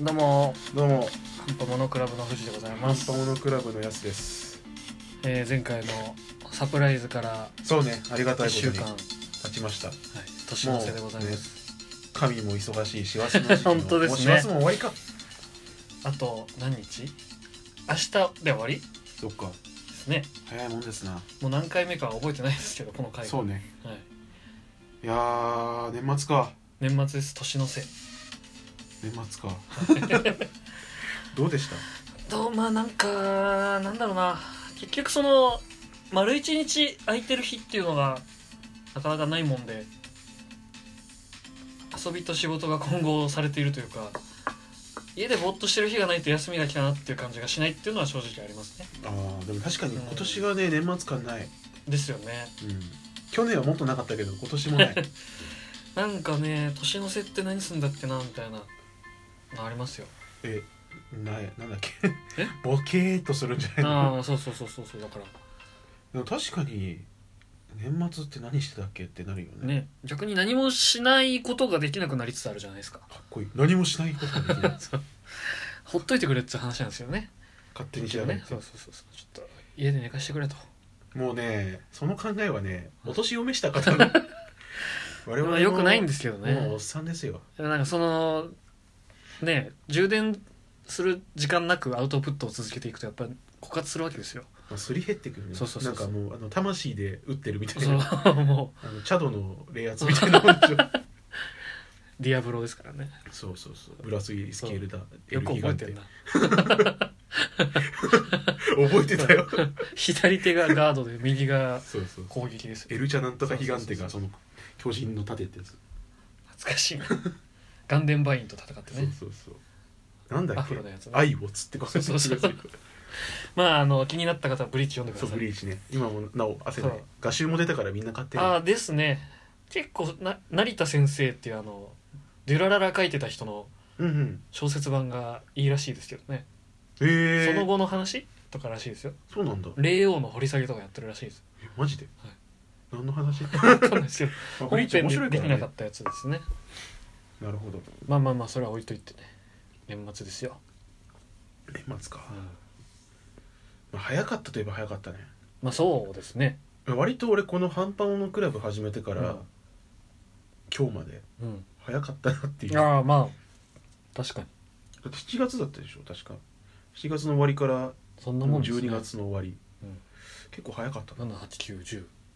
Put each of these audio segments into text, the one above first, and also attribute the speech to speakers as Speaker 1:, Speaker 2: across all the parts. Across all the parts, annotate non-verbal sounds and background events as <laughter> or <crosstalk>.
Speaker 1: どうも、
Speaker 2: どうも、
Speaker 1: ハンパモノクラブの藤でござい
Speaker 2: ア
Speaker 1: ま
Speaker 2: ン
Speaker 1: す
Speaker 2: パ。モノクラブのやすです。
Speaker 1: えー、前回のサプライズから
Speaker 2: そうね、ありがたい
Speaker 1: 1週
Speaker 2: ことに
Speaker 1: 間、はい、
Speaker 2: 経ちました。
Speaker 1: 年の瀬でございます。
Speaker 2: 神も忙しい、師走の時期 <laughs> も
Speaker 1: 本当ですね
Speaker 2: もう師走も終わりか。
Speaker 1: あと何日明日で終わりで
Speaker 2: そっか、
Speaker 1: すね。
Speaker 2: 早いもんですな。
Speaker 1: もう何回目かは覚えてないですけど、この回は。
Speaker 2: そうね。
Speaker 1: はい、
Speaker 2: いやー、年末か。
Speaker 1: 年末です、年の瀬。
Speaker 2: 年末か。 <laughs> どうでした
Speaker 1: どうまあなんか、なんだろうな。結局その、丸一日空いてる日っていうのが、なかなかないもんで、遊びと仕事が混合されているというか、家でぼーっとしてる日がないと休みが来たなっていう感じがしないっていうのは正直ありますね。
Speaker 2: あー、でも確かに今年がね、年末感ない。
Speaker 1: ですよね。
Speaker 2: うん。去年はもっとなかったけど、今年も <laughs> ない。
Speaker 1: なんかね、年の瀬って何すんだっけな、みたいな、のありますよ。
Speaker 2: え、ない、なんだっけ
Speaker 1: え。
Speaker 2: ボケーっとするんじゃないの
Speaker 1: ああ、そうそうそうそうそう、だから。
Speaker 2: でも確かに、年末って何してたっけってなるよね。
Speaker 1: ね、逆に何もしないことができなくなりつつあるじゃないですか。
Speaker 2: かっこいい。何もしないことができない。
Speaker 1: そうほっといてくれって話なんですよね
Speaker 2: 勝手に調べて、
Speaker 1: そうそうそうそうちょっと家で寝かしてくれと
Speaker 2: もうねその考えはねお年を召し
Speaker 1: <laughs>
Speaker 2: た方の我
Speaker 1: まあよくないんですすけど
Speaker 2: もうお
Speaker 1: ね
Speaker 2: っさんですよ
Speaker 1: なんかそのね充電する時間なくアウトプットを続けていくとやっぱり枯渇するわけです
Speaker 2: <laughs>
Speaker 1: よ
Speaker 2: まあすり減ってくるね
Speaker 1: そうそうそうそう
Speaker 2: なんかもうあの魂で打ってるみたい
Speaker 1: そ
Speaker 2: な
Speaker 1: のも
Speaker 2: あのチャドの冷圧みたいなも
Speaker 1: <laughs>
Speaker 2: んでしょ
Speaker 1: うディアブロですからね
Speaker 2: そうそうそうブラスイスケールだ
Speaker 1: よく覚えてる
Speaker 2: る
Speaker 1: な
Speaker 2: 覚え
Speaker 1: <laughs>
Speaker 2: てたよ
Speaker 1: 左手がガードで右が
Speaker 2: そうそう
Speaker 1: 攻撃ですよ
Speaker 2: エルチャなんとかギガンテがその巨人の盾ってやつ、
Speaker 1: 懐かしいなガンデンバインと戦って
Speaker 2: そう
Speaker 1: ね
Speaker 2: そうそうなんだ
Speaker 1: ア
Speaker 2: っけ
Speaker 1: フロのやつね
Speaker 2: 愛をつってこ
Speaker 1: そうそうそうまああの気になった方はブリッジ読んでく
Speaker 2: そ
Speaker 1: だ
Speaker 2: う
Speaker 1: さ
Speaker 2: ブ
Speaker 1: い
Speaker 2: リーチね今もなお汗ない
Speaker 1: そう
Speaker 2: 画集も出たからみんな買ってる
Speaker 1: ああですね結構な成田先生っていうあのデュラララ書いてた人の
Speaker 2: うんうん
Speaker 1: 小説版がいいらしいですけどね、
Speaker 2: へ
Speaker 1: そ
Speaker 2: え
Speaker 1: の後の話とからしいですよ
Speaker 2: そうなんだ
Speaker 1: 霊王の掘り下げとかやってるらしい
Speaker 2: <laughs>
Speaker 1: です
Speaker 2: えマジで、
Speaker 1: はい
Speaker 2: 何の話
Speaker 1: わかんないですけど
Speaker 2: ブ
Speaker 1: 本
Speaker 2: リーチ
Speaker 1: 編
Speaker 2: 面白
Speaker 1: で
Speaker 2: いか
Speaker 1: でき
Speaker 2: ら、
Speaker 1: な
Speaker 2: ね
Speaker 1: か、ったやつですね
Speaker 2: なるほど
Speaker 1: まあまあまあそれは置いといてね年末ですよ、
Speaker 2: 年末か、まあ、早かったといえば早かったね
Speaker 1: まあそうですね
Speaker 2: 割と俺この「半端のクラブ」始めてから、
Speaker 1: うん
Speaker 2: 今日まで
Speaker 1: うん
Speaker 2: 早かったなっていうだ
Speaker 1: ああまあ確かに
Speaker 2: って7月だったでしょ確か7月の終わりから
Speaker 1: そんなも
Speaker 2: もうん
Speaker 1: です、ね、
Speaker 2: 12月の終わり、
Speaker 1: うん
Speaker 2: 結構早かったな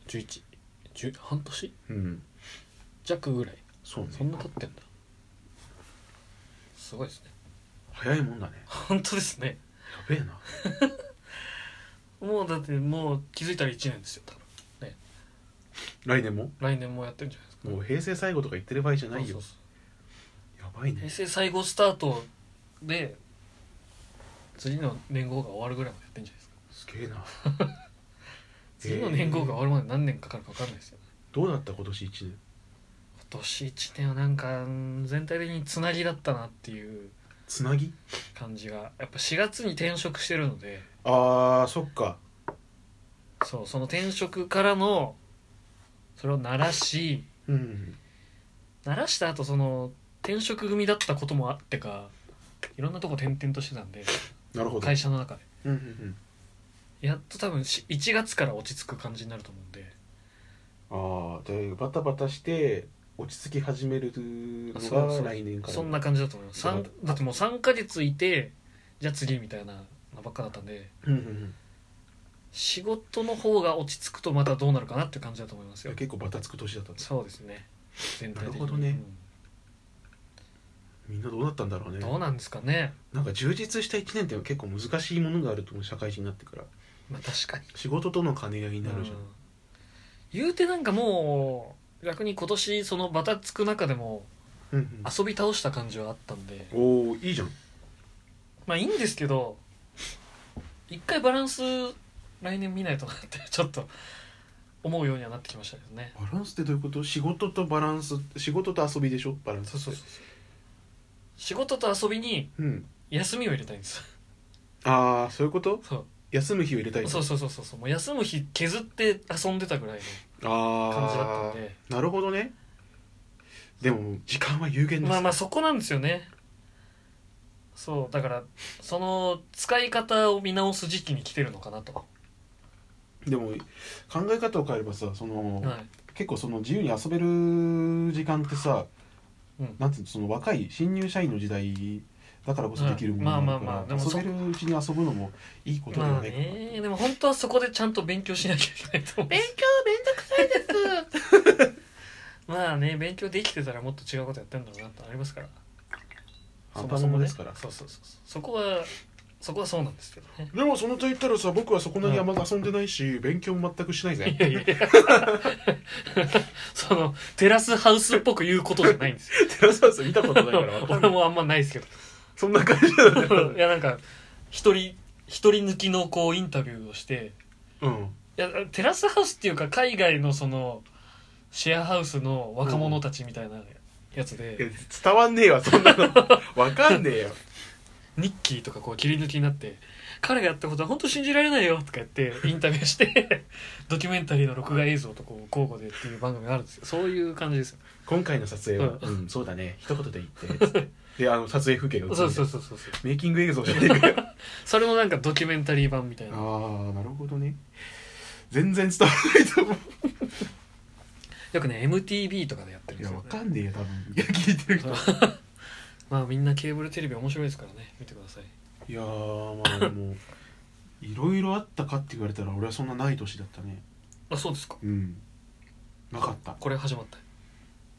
Speaker 1: 7891011半年
Speaker 2: うん
Speaker 1: 弱ぐらい
Speaker 2: そうね
Speaker 1: そんな経ってんだすごいですね
Speaker 2: 早いもんだね
Speaker 1: 本当ですね
Speaker 2: やべえな
Speaker 1: もうだってもう気づいたら1年ですよ多分
Speaker 2: 来年も
Speaker 1: 来年もやってるんじゃないですか
Speaker 2: もう平成最後とか言ってる場合じゃない
Speaker 1: そ
Speaker 2: よ
Speaker 1: うそうそ
Speaker 2: やばいうね
Speaker 1: 平成最後スタートで次の年号が終わるぐらいまでやってんじゃないですか
Speaker 2: すげえな
Speaker 1: 次の年号が終わるまで何年かかるか分かんないですよ、ね
Speaker 2: どうだった今年1年
Speaker 1: 今年1年はなんかうん全体的につなぎだったなっていう
Speaker 2: つなぎ
Speaker 1: 感じがやっぱ4月に転職してるので
Speaker 2: あーそっか
Speaker 1: そうその転職からのそれを鳴らし
Speaker 2: うん
Speaker 1: 鳴らした後その転職組だったこともあってかいろんなとこ転々としてたんで
Speaker 2: なるほど
Speaker 1: 会社の中で
Speaker 2: うんうんうん
Speaker 1: やっと多分し1月から落ち着く感じになると思うんで
Speaker 2: ああでバタバタして落ち着き始める
Speaker 1: そうそ
Speaker 2: の
Speaker 1: う
Speaker 2: が来年から
Speaker 1: そんな感じだと思います
Speaker 2: なる
Speaker 1: 三
Speaker 2: ほど
Speaker 1: だってもう3ヶ月いてじゃあ次みたいなのばっかだったんで
Speaker 2: うんうんうん
Speaker 1: 仕事の方が落ち着くとまたどうなるかなって感じだと思います
Speaker 2: いや
Speaker 1: よ
Speaker 2: 結構バタつく年だったんです
Speaker 1: そうですね全体的に
Speaker 2: なるほどねみんなどうなったんだろう
Speaker 1: う
Speaker 2: ね
Speaker 1: んどうなんですかね
Speaker 2: なんか充実した1年って結構難しいものがあると思う社会人になってから
Speaker 1: まあ確かに
Speaker 2: 仕事との兼ね合いになるじゃん
Speaker 1: うん言うてなんかもう逆に今年そのバタつく中でも
Speaker 2: うんうん
Speaker 1: 遊び倒した感じはあったんで
Speaker 2: おおいいじゃん
Speaker 1: まあいいんですけど一回バランス来年見ないとなってちょっと思うようにはなってきましたけどね
Speaker 2: バランスってどういうこと仕事とバランス仕事と遊びでしょバランスって
Speaker 1: 仕事と遊びに
Speaker 2: うん
Speaker 1: 休みを入れたいんです
Speaker 2: ああそういうこと
Speaker 1: そう
Speaker 2: 休む日を入れたい
Speaker 1: そうそうそうそうそうもう休む日削って遊んでたぐらい
Speaker 2: あ
Speaker 1: の
Speaker 2: あ
Speaker 1: 感じだったんで
Speaker 2: なるほどねでも時間は有限です
Speaker 1: まあまあそこなんですよねそうだからその使い方を見直す時期に来てるのかなと、
Speaker 2: でも考え方を変えればさその、
Speaker 1: はい、
Speaker 2: 結構その自由に遊べる時間ってさ、
Speaker 1: うん
Speaker 2: なんていうのその若い新入社員の時代だからこそできるもの
Speaker 1: うん
Speaker 2: だ
Speaker 1: まあ
Speaker 2: か
Speaker 1: まあまあで
Speaker 2: ら
Speaker 1: もそ
Speaker 2: 遊べるうちに遊ぶのもいいことだ
Speaker 1: ま
Speaker 2: よ
Speaker 1: あ
Speaker 2: ね,、
Speaker 1: ねでも本当はそこでちゃんと勉強しなきゃいけないと思う
Speaker 2: 勉強めんどくさいです
Speaker 1: <laughs> まあね勉強できてたらもっと違うことやってんだろうなってありますから
Speaker 2: 半端なもんですから
Speaker 1: そもそもねそうそうそうそうそこはそこはそうなんですけどね
Speaker 2: でもそのと言ったらさ僕はそこなにあんま遊んでないし、勉強も全くしないぜ
Speaker 1: いやいやいや <laughs> そのテラスハウスっぽく言うことじゃないんです
Speaker 2: <laughs>
Speaker 1: よ
Speaker 2: テラスハウス見たことないからわかん
Speaker 1: 俺
Speaker 2: ない
Speaker 1: もあんまないですけど
Speaker 2: そんな感じなんだよ、
Speaker 1: <laughs> いやなんか一人一人抜きのこうインタビューをして <laughs>
Speaker 2: うん、
Speaker 1: いやテラスハウスっていうか海外のそのシェアハウスの若者たちみたいなやつ
Speaker 2: いや
Speaker 1: で、
Speaker 2: 伝わんねえわそんなのわかんねえよ
Speaker 1: ニッキーとかこう切り抜きになって彼がやったことは本当信じられないよとか言ってインタビューして <laughs> ドキュメンタリーの録画映像とこう交互でっていう番組があるんですよそういう感じですよ
Speaker 2: 今回の撮影は、うんそうだね一言で言って
Speaker 1: <laughs>
Speaker 2: つってであの撮影風景が映る
Speaker 1: そうそううそうそうそう
Speaker 2: メイキング映像じゃねえ
Speaker 1: <laughs>
Speaker 2: かよ
Speaker 1: それもなんかドキュメンタリー版みたいな
Speaker 2: ああなるほどね全然伝わらないと思う
Speaker 1: よくね MTV とかでやってるんで
Speaker 2: いや
Speaker 1: すよ、
Speaker 2: わ
Speaker 1: ね、
Speaker 2: かんねえよ多分いや聞いてる人
Speaker 1: <laughs> まあみんなケーブルテレビ面白いですからね見てください
Speaker 2: <laughs> いやーまあでもいろいろあったかって言われたら俺はそんなない年だったね
Speaker 1: あそうですか
Speaker 2: うんなかった
Speaker 1: これ始まった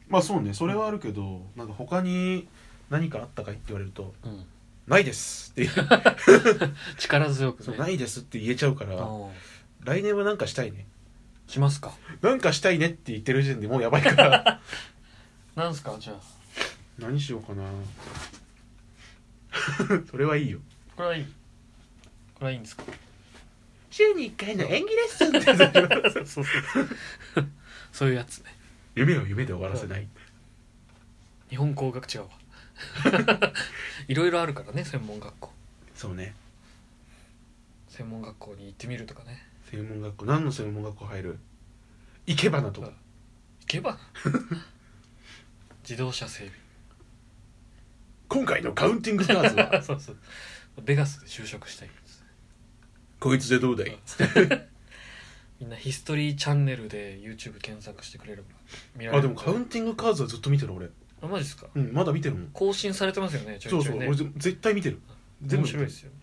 Speaker 2: まあそうねそれはあるけどなんか他に何かあったかいって言われると
Speaker 1: うん
Speaker 2: ないです
Speaker 1: <laughs>
Speaker 2: って言う
Speaker 1: 力強く
Speaker 2: そう
Speaker 1: ね
Speaker 2: ないですって言えちゃうから
Speaker 1: あ
Speaker 2: 来年はなんかしたいね
Speaker 1: 来ますか
Speaker 2: なんかしたいねって言ってる時点でもうやばいから
Speaker 1: なんすかじゃあ
Speaker 2: 何しようかな <laughs> それはいいよ
Speaker 1: これはいいこれはいいん
Speaker 2: <laughs>
Speaker 1: ですか
Speaker 2: 週に1回の演技レッスンって
Speaker 1: そうそうそういうやつね
Speaker 2: <laughs> 夢を夢で終わらせない
Speaker 1: 日本工学違う
Speaker 2: <laughs>
Speaker 1: わいろいろあるからね専門学校
Speaker 2: そうね
Speaker 1: 専門学校に行ってみるとかね
Speaker 2: 専門学校何の専門学校入る生け花と
Speaker 1: 行
Speaker 2: か
Speaker 1: けば自動車整
Speaker 2: 今回のカウンティングスターズは
Speaker 1: 備 <laughs> そうそうベガスで就職したいです
Speaker 2: こいつでどうだい
Speaker 1: <laughs> みんなヒストリーチャンネルで YouTube 検索してくれれば見られ
Speaker 2: あ
Speaker 1: る
Speaker 2: でもカウンティングカーズはずっと見てる俺
Speaker 1: あマジですか
Speaker 2: うんまだ見てるもん
Speaker 1: 更新されてますよねちょ
Speaker 2: そ
Speaker 1: いうち
Speaker 2: そ
Speaker 1: ょ
Speaker 2: う
Speaker 1: いね
Speaker 2: 俺ぜ絶対見てる
Speaker 1: 面
Speaker 2: 全部見て
Speaker 1: 白い
Speaker 2: る
Speaker 1: ですよね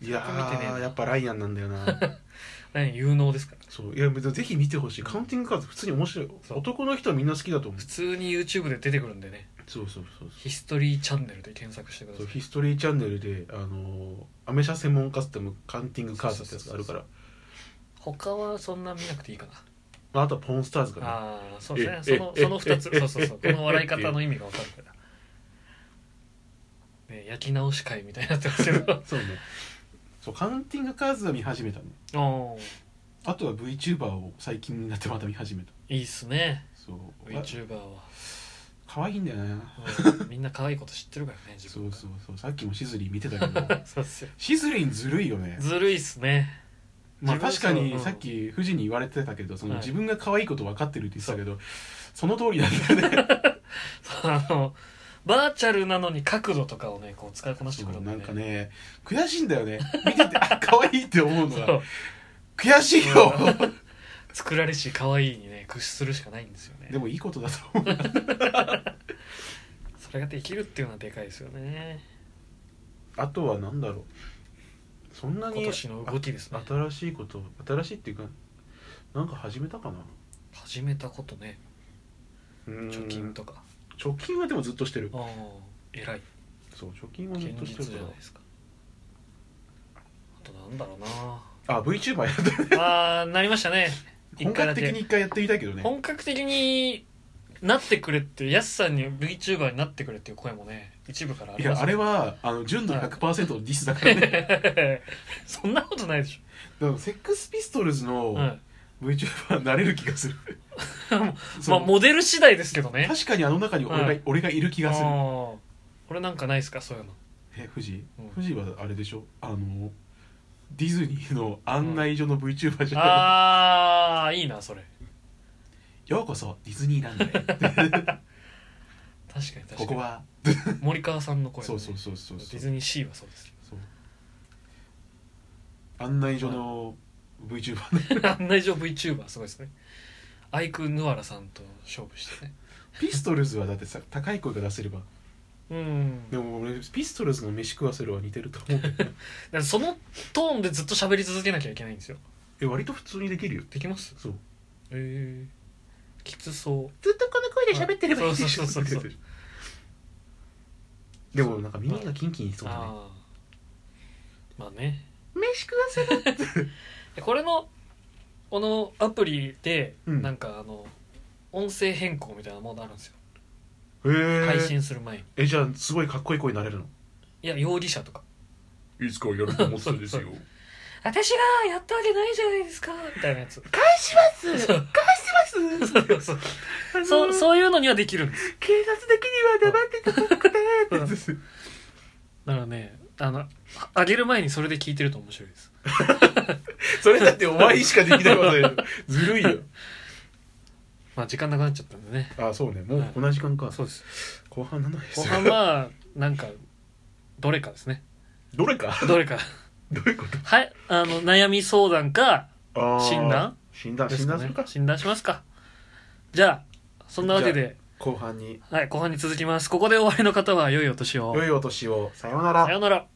Speaker 2: いや
Speaker 1: 全部見てねえな
Speaker 2: ーやっぱライアンなんだよな
Speaker 1: <laughs> 何有能ですから
Speaker 2: そういやぜひ見てほしいカウンティングカーズ普通に面白い
Speaker 1: そう
Speaker 2: 男の人はみんな好きだと思う
Speaker 1: 普通に YouTube で出てくるんでね
Speaker 2: そうそうそうそう
Speaker 1: ヒストリーチャンネルで検索してくださ
Speaker 2: そう
Speaker 1: い
Speaker 2: ヒストリーチャンネルで、あのーアメ車専門カスタムカウンティングカーズってやつがあるから
Speaker 1: 他はそんな見なくていいかな
Speaker 2: まああとはポーンスターズかな
Speaker 1: ああーそうですね
Speaker 2: え
Speaker 1: その
Speaker 2: え
Speaker 1: その2つ
Speaker 2: え
Speaker 1: そうそうそうこ
Speaker 2: え
Speaker 1: の笑い方の意味が分かるから、ね、焼き直し会みたいになってますけ
Speaker 2: <laughs>
Speaker 1: ど
Speaker 2: そうねそうカウンティングカーズは見始めたね
Speaker 1: おー
Speaker 2: あとは VTuber を最近になってまた見始めた
Speaker 1: いいっすね
Speaker 2: そう
Speaker 1: VTuber は
Speaker 2: 可愛いんだよな
Speaker 1: うんみんな可愛いこと知ってるからね自
Speaker 2: そ
Speaker 1: 分
Speaker 2: う
Speaker 1: が
Speaker 2: そうそうさっきもシズリー見てたけ
Speaker 1: <laughs>
Speaker 2: ど
Speaker 1: そうっすよ
Speaker 2: シズリンずるいよね
Speaker 1: ずるいっすね
Speaker 2: まあ
Speaker 1: 自分
Speaker 2: 確か
Speaker 1: そうう
Speaker 2: に
Speaker 1: ん
Speaker 2: さっき富士に言われてたけどその
Speaker 1: はい
Speaker 2: 自分が可愛いこと分かってるって言ってたけどその通りなんだよ
Speaker 1: <laughs>
Speaker 2: ね
Speaker 1: あのバーチャルなのに角度とかをねこう使いこなしてくる
Speaker 2: そうん
Speaker 1: で、
Speaker 2: なんかね悔しいんだよね見ててあ可愛いって思うの
Speaker 1: そう
Speaker 2: は悔しいよ
Speaker 1: 作られし可愛いにね屈するしかないんですよね
Speaker 2: でもいいことだと思う
Speaker 1: それができるっていうのはでかいですよね
Speaker 2: あとは何だろうそんなに
Speaker 1: 今年の動きですね
Speaker 2: あ新しいこと新しいっていうかなんか始めたかな
Speaker 1: 始めたことね貯
Speaker 2: 貯
Speaker 1: 金とか
Speaker 2: 貯金はでもずっとしてる
Speaker 1: ああ偉い
Speaker 2: そう貯金はずっ
Speaker 1: 堅
Speaker 2: として
Speaker 1: 実
Speaker 2: る
Speaker 1: じ
Speaker 2: か
Speaker 1: ゃないですかあとなんだろうな
Speaker 2: らあ VTuber やった
Speaker 1: あーなりましたね一
Speaker 2: 本
Speaker 1: 回
Speaker 2: 格
Speaker 1: だ
Speaker 2: 的
Speaker 1: け
Speaker 2: に一回やってみたいけどね
Speaker 1: 本格的になってくれってやすさんに VTuber になってくれっていう声もね一部からあ
Speaker 2: い
Speaker 1: りま
Speaker 2: や
Speaker 1: す
Speaker 2: あれ
Speaker 1: ね
Speaker 2: はあの純度100%のディスだから
Speaker 1: <laughs>
Speaker 2: ね
Speaker 1: そんなことないでし
Speaker 2: でもセックスピストルズ
Speaker 1: ょ、
Speaker 2: の
Speaker 1: はい
Speaker 2: VTuber になれる気がするそ
Speaker 1: まあ
Speaker 2: う
Speaker 1: モデル次第ですけどね
Speaker 2: 確かにあの中に俺が,、
Speaker 1: はい
Speaker 2: 俺がいる気がする
Speaker 1: ああ俺なんかないですかそういう
Speaker 2: <laughs>
Speaker 1: の
Speaker 2: え富士
Speaker 1: うん
Speaker 2: 富士はあれでしょあのディズニーの案内所の VTuber じゃない、
Speaker 1: ああいいなそれ <laughs>
Speaker 2: ようこそディズニーランドへ
Speaker 1: 確かに確かに
Speaker 2: ここは
Speaker 1: 森川さんの声、ね、
Speaker 2: そうそうそうそう
Speaker 1: デ
Speaker 2: そ
Speaker 1: ィ
Speaker 2: う
Speaker 1: ズニーシーはそうです
Speaker 2: 案内所の VTuber
Speaker 1: <laughs>
Speaker 2: の
Speaker 1: 案内所 VTuber すごいですねアイク・ヌアラさんと勝負してね
Speaker 2: ピストルズはだってさ高い声が出せれば
Speaker 1: うん
Speaker 2: でも俺ピストルズの飯食わせるは似てると
Speaker 1: <laughs>
Speaker 2: 思うけど
Speaker 1: だからそのトーンでずっと喋り続けなきゃいけないんですよ
Speaker 2: え割と普通にできるよ
Speaker 1: できます
Speaker 2: そう
Speaker 1: えー、きつそう
Speaker 2: ずっとこの声
Speaker 1: で喋ってればいいでしょ
Speaker 2: そうそうそうそうでもなんか耳がキンキンしそうだね
Speaker 1: ああまあね
Speaker 2: 飯食わせる
Speaker 1: でこれのこのアプリで、
Speaker 2: うん
Speaker 1: なんかあの音声変更みたいなものあるんですよ
Speaker 2: へえ
Speaker 1: 配信する前に
Speaker 2: えじゃあすごいかっこいい声になれるの
Speaker 1: いや容疑者とか
Speaker 2: いつかやると思って
Speaker 1: たんですよ
Speaker 2: 返
Speaker 1: 私がやったわけないじゃないですかみたいなやつ
Speaker 2: します
Speaker 1: そう
Speaker 2: 返します
Speaker 1: <laughs> そうそうそうそういうのにはできるんです
Speaker 2: 警察的には黙ってた
Speaker 1: うん
Speaker 2: くて
Speaker 1: だからねあの上げる前にそれで聞いてると面白いです
Speaker 2: それだってお前しかできないことだよずるいよ
Speaker 1: まあ時間なくなっちゃったんでね
Speaker 2: あそうねもうこんな時間か
Speaker 1: そうです
Speaker 2: 後半なんです
Speaker 1: 後
Speaker 2: よ
Speaker 1: 半はなんかどれかですね
Speaker 2: どれか
Speaker 1: どれか <laughs>
Speaker 2: どういうこと
Speaker 1: はいあの悩み相談か
Speaker 2: あー
Speaker 1: 診断
Speaker 2: 診断
Speaker 1: です
Speaker 2: 診
Speaker 1: か
Speaker 2: 断す
Speaker 1: ね
Speaker 2: るか
Speaker 1: 診断しますかじゃあそんなわけで、
Speaker 2: 後半に
Speaker 1: はい、後半に続きますここで終わりの方は良いお年を
Speaker 2: 良いお年をさような
Speaker 1: さ
Speaker 2: ら
Speaker 1: ようなら